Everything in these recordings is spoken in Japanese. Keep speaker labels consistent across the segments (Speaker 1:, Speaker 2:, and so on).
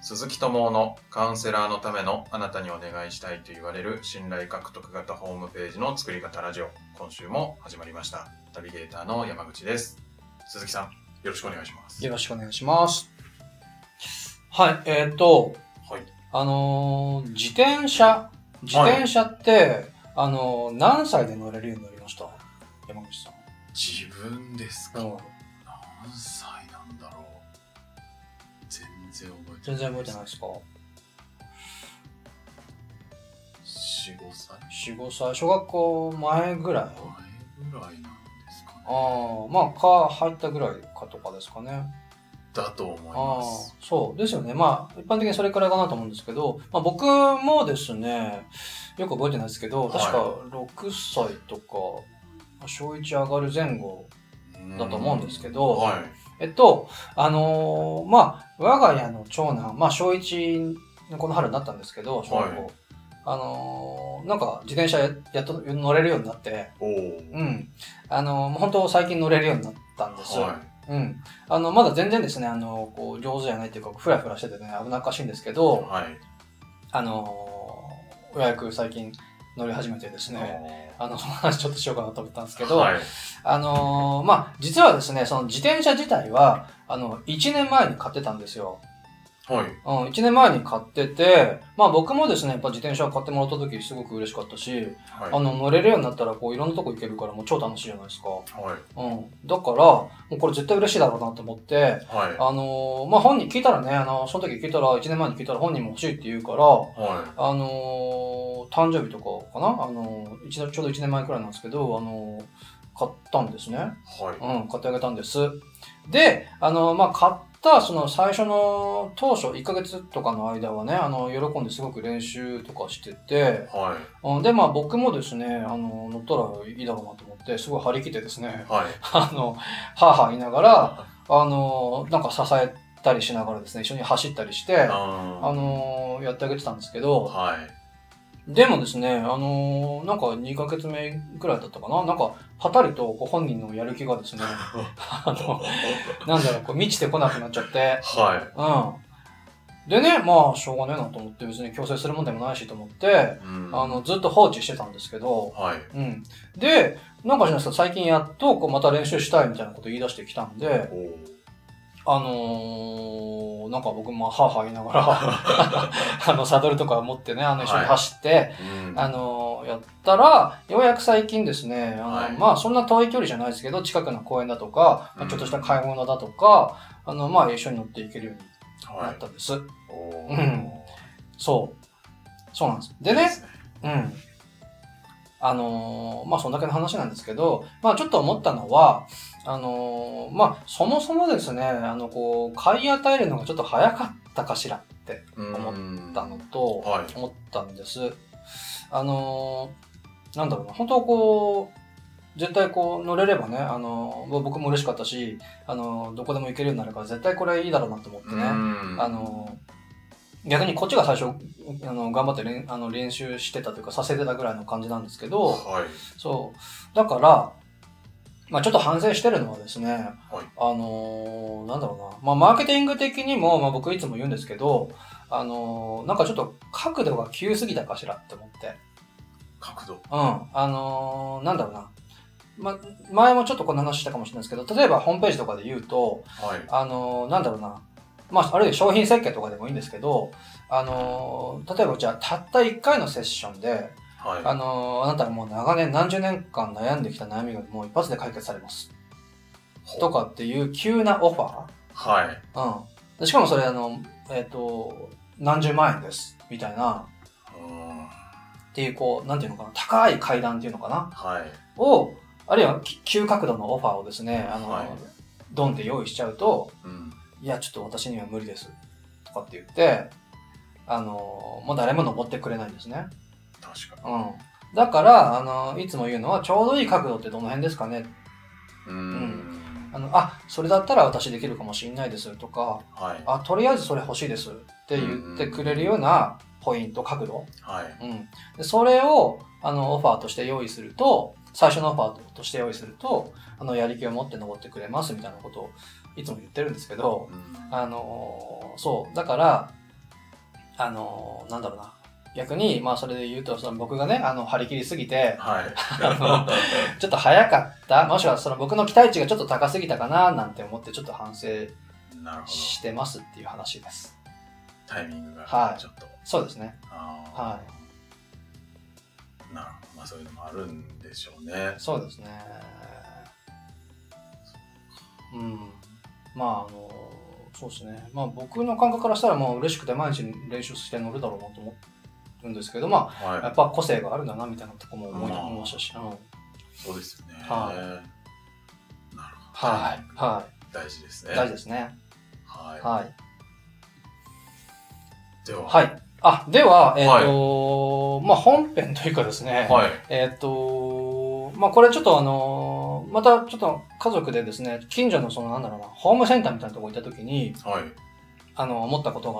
Speaker 1: 鈴木智夫のカウンセラーのためのあなたにお願いしたいと言われる信頼獲得型ホームページの作り方ラジオ今週も始まりましたナビゲーターの山口です鈴木さんよろしくお願いします
Speaker 2: よろしくお願いします。はい、えっ、と、
Speaker 1: はい
Speaker 2: あのー自転車、自転車って、あのー何歳で乗れるようになりました山口さん。
Speaker 1: 自分ですか
Speaker 2: うん
Speaker 1: 何歳なんだろう全然覚えて
Speaker 2: 全
Speaker 1: ない
Speaker 2: 然覚えてないですか
Speaker 1: 45歳
Speaker 2: ?4、5歳、小学校前ぐらい
Speaker 1: 前ぐらいなんですかね
Speaker 2: ああ、まあ、か、入ったぐらいかとかですかね。
Speaker 1: だと思い
Speaker 2: ああ
Speaker 1: ます。
Speaker 2: そうですよね。まあ、一般的にそれくらいかなと思うんですけど、まあ、僕もですね、よく覚えてないですけど、
Speaker 1: はい
Speaker 2: 確か6歳とか、まあ小1上がる前後、だと思うんですけど
Speaker 1: はい。
Speaker 2: えっと、あのーまあ、我が家の長男、まあ、小1、この春になったんですけど、小学校。
Speaker 1: は
Speaker 2: あのーなんか、自転車ややっと乗れるようになって、
Speaker 1: おお。
Speaker 2: うん。あのーもう本当最近乗れるようになったんです。
Speaker 1: は
Speaker 2: うん。あの、まだ全然ですね、あの、こう、上手じゃないっていうか、ふらふらしててね、危なっかしいんですけ
Speaker 1: い。
Speaker 2: ど、
Speaker 1: はい。
Speaker 2: あのー、ようやく最近乗り始めてですね、
Speaker 1: あ
Speaker 2: あの、その話ちょっとしようかなと思ったんです
Speaker 1: ー
Speaker 2: けど、
Speaker 1: はい。
Speaker 2: あのー、まあ、実はですね、その自転車自体は、あの、1年前に買ってたんですよ。
Speaker 1: はい。
Speaker 2: うん、1年前に買ってて、まあ僕もですね、やっぱ自転車を買ってもらった時すごく嬉しかったし、
Speaker 1: はい。
Speaker 2: あの、乗れるようになったら、こう、いろんなとこ行けるから、もう超楽しいじゃないですか。
Speaker 1: はい。
Speaker 2: うん。だから、もうこれ絶対嬉しいだろうなと思って、
Speaker 1: はい。
Speaker 2: あのーまあ、本人聞いたらね、あのその時聞いたら、1年前に聞いたら本人も欲しいって言うから、
Speaker 1: は
Speaker 2: あのー誕生日とかかな、あのー一年ちょうど1年前くらいなんですけど、あのー買ったんですね。
Speaker 1: い。はい。
Speaker 2: うん、買ってあげたんです。で、あのーまあ、買った、その最初の当初、1ヶ月とかの間はね、あの喜んですごく練習とかしてて、
Speaker 1: は
Speaker 2: うん、で、まあ、僕もですね、あの乗ったらいいだろうなと思って、すごい張り切ってですね
Speaker 1: い。、はい。
Speaker 2: あの、母言いながら、あのなんか支えたりしながらですね、一緒に走ったりして、あ
Speaker 1: あ
Speaker 2: のやってあげてたんですけ
Speaker 1: ー
Speaker 2: ど、
Speaker 1: はい。
Speaker 2: でもですね、あのなんか2ヶ月目ぐらいだったかな、なんか、パタリとこう本人のやる気がですね、あの、なんだろう、こう満ちてこなくなっちゃって、
Speaker 1: は
Speaker 2: うん。でね、まあ、しょうがねえなと思って、別に強制するもんでもないしと思って、
Speaker 1: い。うん
Speaker 2: あの、ずっと放置してたんですけど、
Speaker 1: はい。
Speaker 2: うん。で、なんかしないですけど、最近やっと、こう、また練習したいみたいなこと言い出してきたんで、
Speaker 1: おお。
Speaker 2: あのーなんか僕も母言いながら、 あの、サドルとか持ってね、あの、一緒に走って、
Speaker 1: うん
Speaker 2: あのーやったら、ようやく最近ですね、あの
Speaker 1: はい
Speaker 2: まあ、そんな遠い距離じゃないですけど、近くの公園だとか、まあちょっとした買い物だとか、あの、まあ、一緒に乗っていけるようにな
Speaker 1: は
Speaker 2: っ
Speaker 1: い。
Speaker 2: たんです。
Speaker 1: おお。
Speaker 2: うんそう。そうなんです。で
Speaker 1: で
Speaker 2: ね、
Speaker 1: すね。
Speaker 2: うん。あのーまあ、そんだけの話なんですけど、まあ、ちょっと思ったのは、あのーまあ、そもそもですね、あの、こう、買い与えるのがちょっと早かったかしらって
Speaker 1: 思
Speaker 2: 思ったのと、
Speaker 1: はい。
Speaker 2: 思ったんです。あのーなんだろうな、本当こう、絶対こう乗れればね、あのー僕も嬉しかったし、あのーどこでも行けるようになるから絶対これいいだろうなと思ってね、
Speaker 1: うん
Speaker 2: あの逆にこっちが最初あの頑張って練あの練習してたというかさせてたぐらいの感じなんですけど
Speaker 1: はい。
Speaker 2: そうだから、まあ、ちょっと反省してるのはですね、あのなんだろうな、まあ、マーケティング的にも、まあ、僕いつも言うんですけど、あのなんかちょっと角度が急すぎたかしらって思って
Speaker 1: 角度。
Speaker 2: うんあのなんだろうなま、前もちょっとこんな話したかもしれないですけど、例えばホームページとかで言うと、
Speaker 1: はい。
Speaker 2: あのなんだろうな。まあ、あるいは商品設計とかでもいいんですけど、あの例えばじゃあ、たった1回のセッションで、
Speaker 1: はい。
Speaker 2: あのあなたがもう長年、何十年間悩んできた悩みがもう一発で解決されます。
Speaker 1: ほ
Speaker 2: と。かっていう急なオファ
Speaker 1: はい。
Speaker 2: ー。うん。でしかもそれ、あの、えっ、と、何十万円です。みたいな、
Speaker 1: うん
Speaker 2: っていう、こう、なんていうのかな、高い階段っていうのかな。
Speaker 1: はい。
Speaker 2: を、あるいはき急角度のオファーをですね、あの、
Speaker 1: はい
Speaker 2: ドンって用意しちゃうと、
Speaker 1: うん。
Speaker 2: いや、ちょっと私には無理です。とかって言って、あの、もう誰も登ってくれないんですね。
Speaker 1: 確かに。
Speaker 2: うん。だから、あの、いつも言うのは、ちょうどいい角度ってどの辺ですかね
Speaker 1: うーん
Speaker 2: あの、あ、それだったら私できるかもしれないですとか、
Speaker 1: はい。
Speaker 2: あ、とりあえずそれ欲しいですって言ってくれるようなポイント、角度。
Speaker 1: はい。
Speaker 2: うん。でそれを、あの、オファーとして用意すると、最初のオファーとして用意すると、あの、やり気を持って登ってくれますみたいなことをいつも言ってるんですけど、
Speaker 1: うん
Speaker 2: あのーそう、だから、あのなんだろうな。逆に、まあそれで言うと、その僕がね、あの、張り切りすぎて、
Speaker 1: は
Speaker 2: ちょっと早かった、もしくはその僕の期待値がちょっと高すぎたかな、なんて思ってちょっと反省
Speaker 1: い。なるほど。
Speaker 2: してますっていう話です。
Speaker 1: タイミング
Speaker 2: は
Speaker 1: が
Speaker 2: い
Speaker 1: ちょっと。
Speaker 2: そうですね。
Speaker 1: あー
Speaker 2: は
Speaker 1: なるほど。まあそういうのもあるんでしょうね。
Speaker 2: そうですね。うん。まあ、あの、そうですね。まあ僕の感覚からしたらもう嬉しくて毎日練習して乗るだろうなと思うんですけど、まあ、や
Speaker 1: は
Speaker 2: っぱ個性があるんだなみたいなとこも思い思いましたし、うん
Speaker 1: い。そうですよね。
Speaker 2: はい
Speaker 1: なるほど。
Speaker 2: はい。は
Speaker 1: 大事です
Speaker 2: い。
Speaker 1: ね。
Speaker 2: 大事ですね。
Speaker 1: は
Speaker 2: はい。
Speaker 1: い。では、。
Speaker 2: はいい。あ、では、えっ、と、まあ本編というかですね、
Speaker 1: はい。
Speaker 2: えっ、と、まあ、これちょっとあのまたちょっと家族でですね、近所のそのなんだろうな、ホームセンターみたいなとこ行った時に、
Speaker 1: はい。
Speaker 2: あの、思ったこと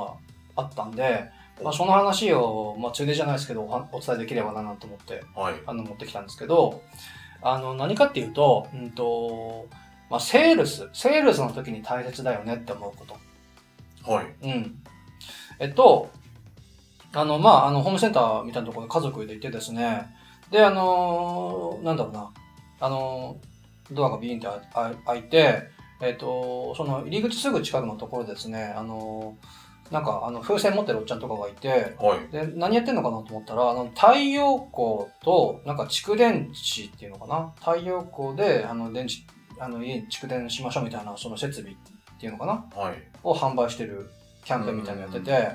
Speaker 2: があったんで、まあ、その話を、まあ、ついでじゃないですけど、おはお伝えできればなと思って、
Speaker 1: はい。
Speaker 2: あの、持ってきたんですけど、あの、何かっていうと、うんと、まあ、セールス、セールスの時に大切だよねって思うこと。
Speaker 1: はい。
Speaker 2: うん。えっと、あの、まあ、あの、ホームセンターみたいなところで家族で行ってですね、で、あのーなんだろうな、あのードアがビーンってああ開いて、えっと、その入り口すぐ近くのところですね、あのーなんか、あの、風船持ってるおっちゃんとかがいて、
Speaker 1: はい。
Speaker 2: で、何やってんのかなと思ったら、あの、太陽光と、なんか蓄電池っていうのかな太陽光で、あの、電池、あの、家に蓄電しましょうみたいな、その設備っていうのかな
Speaker 1: はい。
Speaker 2: を販売してるキャンペーンみたいなのやってて、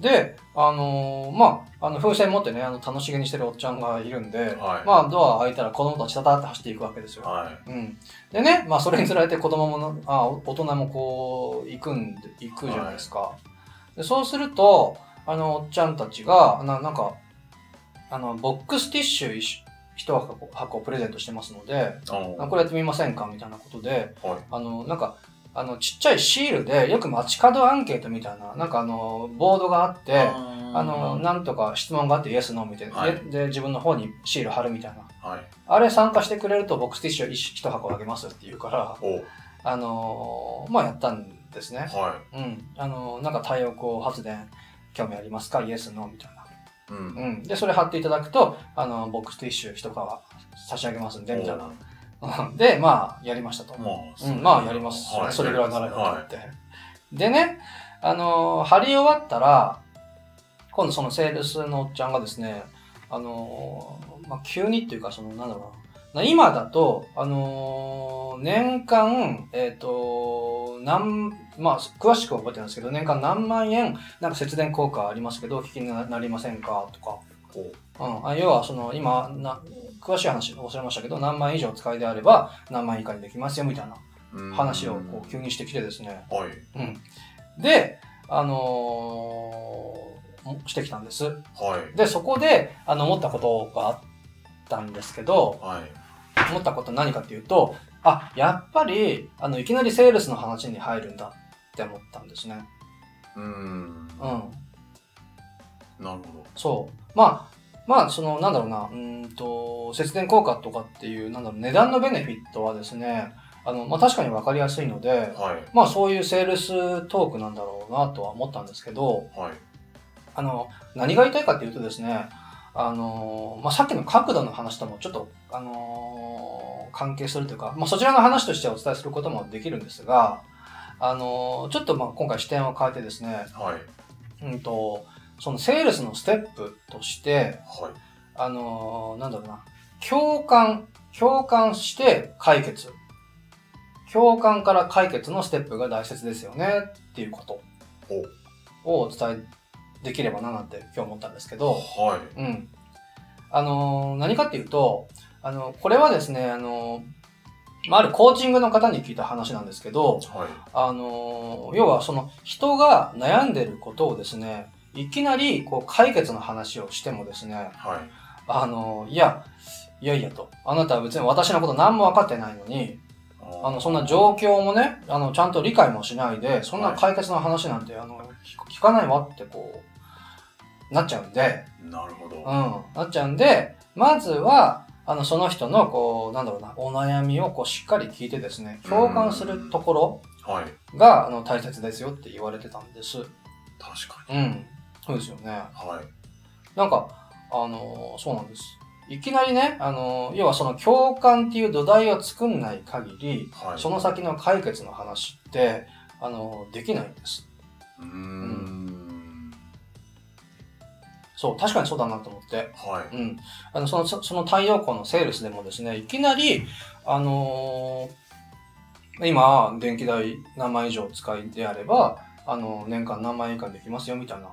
Speaker 2: で、あのーまあ、あの風船持ってね、あの楽しげにしてるおっちゃんがいるんで、
Speaker 1: はい。
Speaker 2: まあ、ドア開いたら子供たちたたって走っていくわけですよ。
Speaker 1: は
Speaker 2: うん。でね、まあ、それにつられて子供もな、あ大人もこう、行くんで、行くじゃないですか。でそうすると、あの、おっちゃんたちが、ななんか、あの、ボックスティッシュ一一箱箱をプレゼントしてますので、
Speaker 1: い。あの
Speaker 2: あこれやってみませんかみたいなことで、
Speaker 1: はい
Speaker 2: あの、なんか、あの、ちっちゃいシールで、よく街角アンケートみたいな、なんかあの、ボードがあって、あ
Speaker 1: あ
Speaker 2: の、なんとか質問があって、イエス、ノーみたいな、
Speaker 1: はい
Speaker 2: で。で自分の方にシール貼るみたいな。
Speaker 1: はい。
Speaker 2: あれ参加してくれると、ボックスティッシュ一箱あげますって言うから、
Speaker 1: お
Speaker 2: あの、まあやったんですね。
Speaker 1: は
Speaker 2: うん。あの、なんか太陽光発電、興味ありますかイエス、ノーみたいな。
Speaker 1: い。うん。
Speaker 2: うん。で、それ貼っていただくと、あの、ボックスティッシュ一箱差し上げますんで、みたいな。うんで、まあ、やりましたと。
Speaker 1: まあ、
Speaker 2: うん、まあやります、
Speaker 1: はい
Speaker 2: それぐらいならよと思
Speaker 1: は
Speaker 2: って、でねあのー貼り終わったら今度そのセールスのおっちゃんがですねあのー、まあ、急にっていうかそのなんだろうなな今だと、あのー年間、えっ、と、何、まあ、詳しくは覚えてないんですけど、年間何万円、なんか節電効果ありますけど、お聞きになりませんかとか、
Speaker 1: い。お
Speaker 2: うん、あ要はその今な、詳しい話忘れましたけど、何万円以上お使いであれば、何万円以下にできますよ、みたいな
Speaker 1: うん
Speaker 2: 話をこう急にしてきてですね、
Speaker 1: はい。
Speaker 2: うん、で、あのーしてきたんです
Speaker 1: はい。
Speaker 2: でそこであの思ったことがあったんですけど
Speaker 1: はい。
Speaker 2: 思ったこと何かっていうとあやっぱりあのいきなりセールスの話に入るんだって思ったんですね
Speaker 1: うん。
Speaker 2: うん
Speaker 1: なるほ
Speaker 2: そうまあまあそのなんだろうなうーんと節電効果とかっていうなんだろう値段のベネフィットはですねあの、まあ、確かに分かりやすいので
Speaker 1: ど。はい。
Speaker 2: まあそういうセールストークなんだろうなとは思ったんですけど、
Speaker 1: はい。
Speaker 2: あの、何が言いたいかっていうとですね、あの、まあさっきの角度の話ともちょっと、あの、関係するというか、まあそちらの話としてお伝えすることもできるんですが、あの、ちょっとまあ今回視点を変えてですね、
Speaker 1: はい。
Speaker 2: うんと、そのセールスのステップとして、
Speaker 1: はい。
Speaker 2: あの、なんだろうな、共感、共感して解決。共感から解決のステップが大切ですよねっていうことをお伝えできればななんて今日思ったんですけど、
Speaker 1: おはい。
Speaker 2: うん。あのー何かっていうと、あの、これはですね、あのーまあ、あるコーチングの方に聞いた話なんですけど、
Speaker 1: はい。
Speaker 2: あのー要はその人が悩んでることをですね、いきなりこう解決の話をしてもですね、
Speaker 1: はい。
Speaker 2: あのーいや、いやいやと、あなたは別に私のこと何も分かってないのに、あの、そんな状況もね、あの、ちゃんと理解もしないで、そんな解決の話なんて、あの、聞聞かないわってこう、なっちゃうんで、
Speaker 1: なるほど。
Speaker 2: うん、
Speaker 1: は
Speaker 2: なっちゃうんで、まずは、あの、その人の、こう、なんだろうな、お悩みをこう、しっかり聞いてですね、共感するところ
Speaker 1: い。
Speaker 2: が、あの、大切ですよって言われてたんです。
Speaker 1: 確か
Speaker 2: うん。そうですよね。
Speaker 1: はい。
Speaker 2: なんか、あのーそうなんです。いきなりね、あのー要はその共感っていう土台を作んない限り、
Speaker 1: はい。
Speaker 2: その先の解決の話って、あのーできないんです。
Speaker 1: うーん。
Speaker 2: そう、確かにそうだなと思って。
Speaker 1: は
Speaker 2: う
Speaker 1: い。
Speaker 2: ん。あの、その、そその太陽光のセールスでもですね、いきなり、あのー今、電気代何万以上使いであれば、あの、年間何万円以下できますよ、みたいな、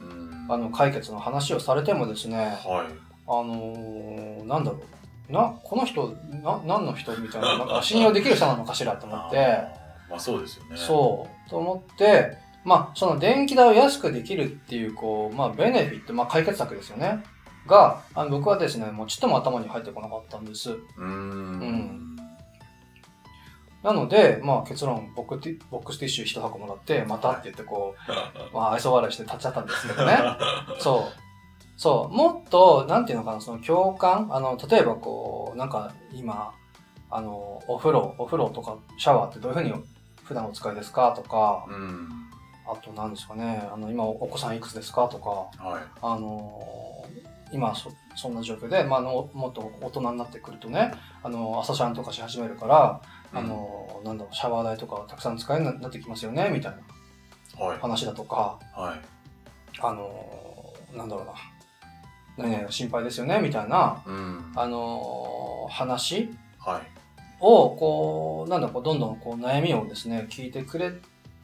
Speaker 1: うーん
Speaker 2: あの、解決の話をされてもですね、
Speaker 1: はい。
Speaker 2: あのーなんだろう。な、この人、な、何の人みたいな、なんか信用できる人なのかしらと思って、
Speaker 1: あーまあそうですよね。
Speaker 2: そう、と思って、まあ、その電気代を安くできるっていう、こう、まあ、ベネフィット、まあ、解決策ですよね。が、あの僕はですね、もうちっとも頭に入ってこなかったんです。
Speaker 1: うーん。
Speaker 2: うんなので、まあ、結論、ボックティボックスティッシュ一箱もらって、またって言って、こう、まあ、愛想笑いして立ち会ったんですけどね。そう。そう。もっと、なんていうのかな、その共感あの、例えばこう、なんか今、あの、お風呂、お風呂とかシャワーってどういうふうに普段お使いですかとか、
Speaker 1: うん。
Speaker 2: あと何ですかね、あの、今お子さんいくつですかとか、
Speaker 1: はい。
Speaker 2: あの、今そそんな状況で、まああの、もっと大人になってくるとね、あの、朝シャンとかし始めるから、あの、なんだろう、シャワー代とかたくさん使えるようになってきますよね、みたいな
Speaker 1: うん。はい。
Speaker 2: 話だとか、
Speaker 1: はい。
Speaker 2: あのーなんだろうな、何々心配ですよね、みたいな、
Speaker 1: うん。
Speaker 2: あのー話
Speaker 1: はい。
Speaker 2: を、こう、なんだろう、こうどんどんこう悩みをですね、聞いてくれ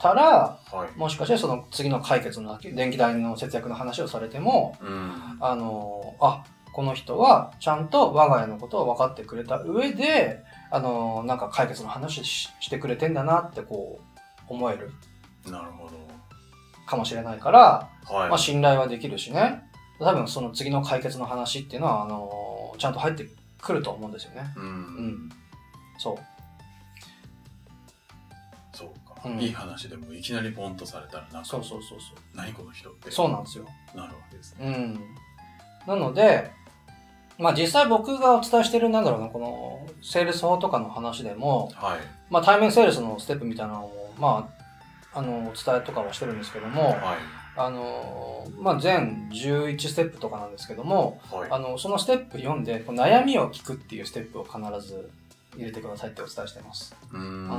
Speaker 2: たら、
Speaker 1: はい。
Speaker 2: もしかしてその次の解決の、電気代の節約の話をされても、
Speaker 1: うん。
Speaker 2: あのーあ、この人はちゃんと我が家のことを分かってくれた上で、あのーなんか解決の話ししてくれてんだなってこう、思える
Speaker 1: なるほど。
Speaker 2: かもしれないから、
Speaker 1: はい。
Speaker 2: まあ、信頼はできるしね多分その次の解決の話っていうのはあのーちゃんと入ってくると思うんですよね
Speaker 1: うん。
Speaker 2: うんそ
Speaker 1: そうか、
Speaker 2: うん
Speaker 1: いい話でもいきなりポンとされたらなんか
Speaker 2: うそうそうそうそう
Speaker 1: 何この人って
Speaker 2: そうなんですよ
Speaker 1: なるわけですね。
Speaker 2: うんなのでまあ実際僕がお伝えしてるなんだろうなこのセールス法とかの話でも、
Speaker 1: はい。
Speaker 2: まあ、対面セールスのステップみたいなのをまああのお伝えとかはしてるんですけども
Speaker 1: はい。
Speaker 2: あのーまあ全11ステップとかなんですけども
Speaker 1: はい。
Speaker 2: あのそのステップ4でこう悩みを聞くっていうステップを必ず入れてくださいってお伝えしてます。
Speaker 1: うーん。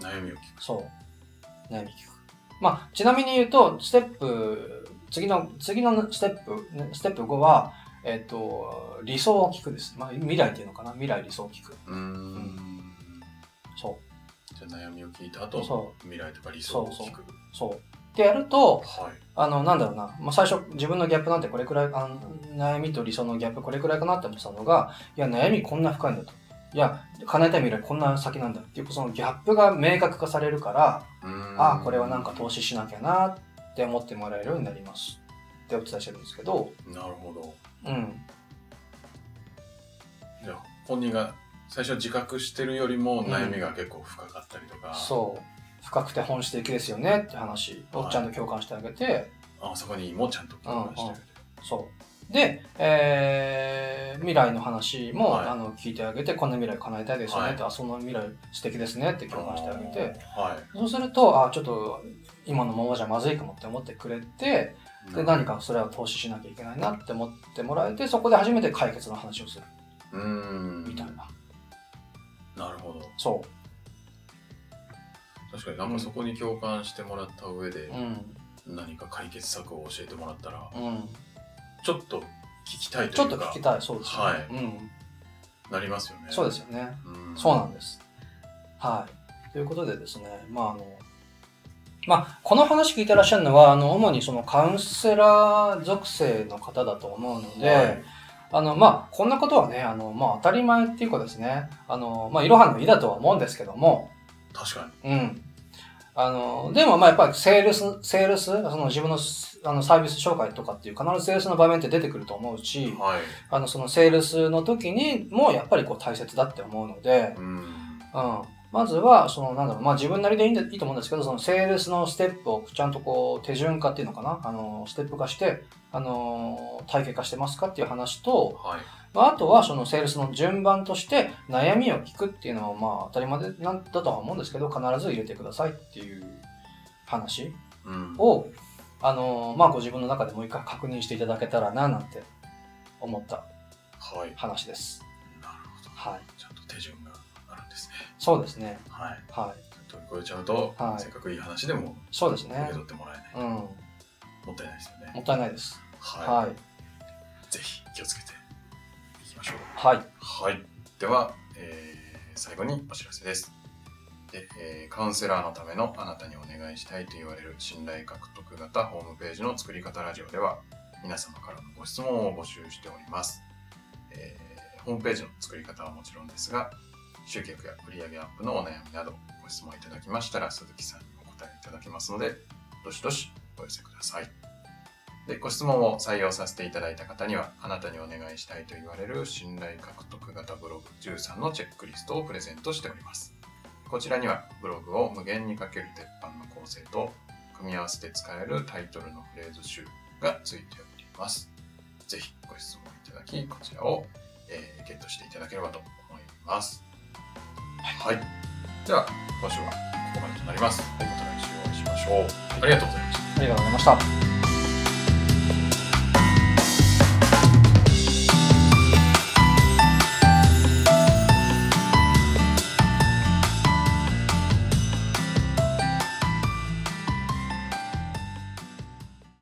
Speaker 1: 悩みを聞く。
Speaker 2: そう。悩み聞く。まあ、ちなみに言うと、ステップ、次の、次のステップ、ねステップ5は、えっと、理想を聞くです。まあ、未来っていうのかな未来理想を聞く。
Speaker 1: うーん。
Speaker 2: そ
Speaker 1: じゃあ悩みを聞いた
Speaker 2: う。
Speaker 1: 後、
Speaker 2: そ
Speaker 1: 未来とか理想を聞く。
Speaker 2: う。そう。ってやると、
Speaker 1: はい。
Speaker 2: あの、なんだろうな。まあ、最初、自分のギャップなんてこれくらい、あの悩みと理想のギャップこれくらいかなって思ってたのが、いや、悩みこんな深いんだと。いや、叶えたい未来こんな先なんだっていう、そのギャップが明確化されるから、
Speaker 1: うーん
Speaker 2: ああ、これはなんか投資しなきゃなって思ってもらえるようになります。ってお伝えしてるんですけど、
Speaker 1: なるほど。
Speaker 2: うん。
Speaker 1: じゃあ本人が最初自覚してるよりも悩みが結構深かったりとか、
Speaker 2: そう。深くて本質的ですよねって話をちゃんと共感してあげて、
Speaker 1: あそこにもちゃんと共感してる。
Speaker 2: そう。で、えー未来の話も、
Speaker 1: はい
Speaker 2: あの聞いてあげて、こんな未来叶えたいですよねって、あその未来素敵ですねって共感してあげて、
Speaker 1: あー。はい。
Speaker 2: そうすると、あ、ちょっと今のままじゃまずいかもって思ってくれて、で、何かそれは投資しなきゃいけないなって思ってもらえて、そこで初めて解決の話をする
Speaker 1: うーん。
Speaker 2: みたいな。
Speaker 1: なるほど。
Speaker 2: そ
Speaker 1: 確かになんかそこに共感してもらった上で
Speaker 2: う。うん。
Speaker 1: 何か解決策を教えてもらったら、
Speaker 2: うん。
Speaker 1: ちょっと聞きたい
Speaker 2: ち
Speaker 1: と
Speaker 2: ょ
Speaker 1: い
Speaker 2: っと
Speaker 1: う
Speaker 2: 聞
Speaker 1: か
Speaker 2: き、たい、そうですよね。
Speaker 1: はい
Speaker 2: うん。
Speaker 1: なりますよね。
Speaker 2: そう
Speaker 1: う
Speaker 2: ですよね。
Speaker 1: ん
Speaker 2: そうなんです。はい。ということでですね、まああの、まあ、この話聞いてらっしゃるのは、あの、主にそのカウンセラー属性の方だと思うので、
Speaker 1: はい
Speaker 2: あの、まあ、こんなことはね、あの、まあ、当たり前っていうかですね、あの、まあ、いろはの意だとは思うんですけども、
Speaker 1: 確かに。
Speaker 2: うん。あの、でも、まあ、やっぱりセールス、セールス、その自分のあのサービス紹介とかっていう、必ずセールスの場面って出てくると思うし、
Speaker 1: はい。
Speaker 2: あの、そのセールスの時にもやっぱりこう大切だって思うので、
Speaker 1: うん。
Speaker 2: うん。まずは、その、なんだろう、まあ自分なりでいいんでいいと思うんですけど、そのセールスのステップをちゃんとこう、手順化っていうのかな、あの、ステップ化して、あの、体系化してますかっていう話と、
Speaker 1: はい。
Speaker 2: まああとはそのセールスの順番として悩みを聞くっていうのは、まあ当たり前なんだとは思うんですけど、必ず入れてくださいっていう話
Speaker 1: うん。
Speaker 2: を、あのーまあご自分の中でもう一回確認していただけたらななんて思った
Speaker 1: はい。
Speaker 2: 話です。
Speaker 1: なるほど。
Speaker 2: はい。
Speaker 1: ちゃんと手順があるんですね。
Speaker 2: そうですね。
Speaker 1: はい。
Speaker 2: はい。
Speaker 1: 飛び越えちゃうと、
Speaker 2: はい
Speaker 1: せっかくいい話でも
Speaker 2: そうです
Speaker 1: 受け
Speaker 2: ね。
Speaker 1: 取ってもらえない。
Speaker 2: うん。も
Speaker 1: もったいないですよね。
Speaker 2: ったいないです。
Speaker 1: はい。
Speaker 2: はい。
Speaker 1: ぜひ気をつけていきましょう。
Speaker 2: はい。
Speaker 1: はい。では、えー最後にお知らせです。でえーカウンセラーのためのあなたにお願いしたいと言われる信頼獲得型ホームページの作り方ラジオでは皆様からのご質問を募集しております、えーホームページの作り方はもちろんですが集客や売上アップのお悩みなどご質問いただきましたら鈴木さんにお答えいただきますのでどしどしお寄せくださいでご質問を採用させていただいた方には、あなたにお願いしたいと言われる信頼獲得型ブログ13のチェックリストをプレゼントしております。こちらには、ブログを無限にかける鉄板の構成と、組み合わせて使えるタイトルのフレーズ集がついております。ぜひご質問いただき、こちらを、えーゲットしていただければと思います。はい。では、今週はここまでとなります。また来週お会いしましょう。ありがとうございました。
Speaker 2: ありがとうございました。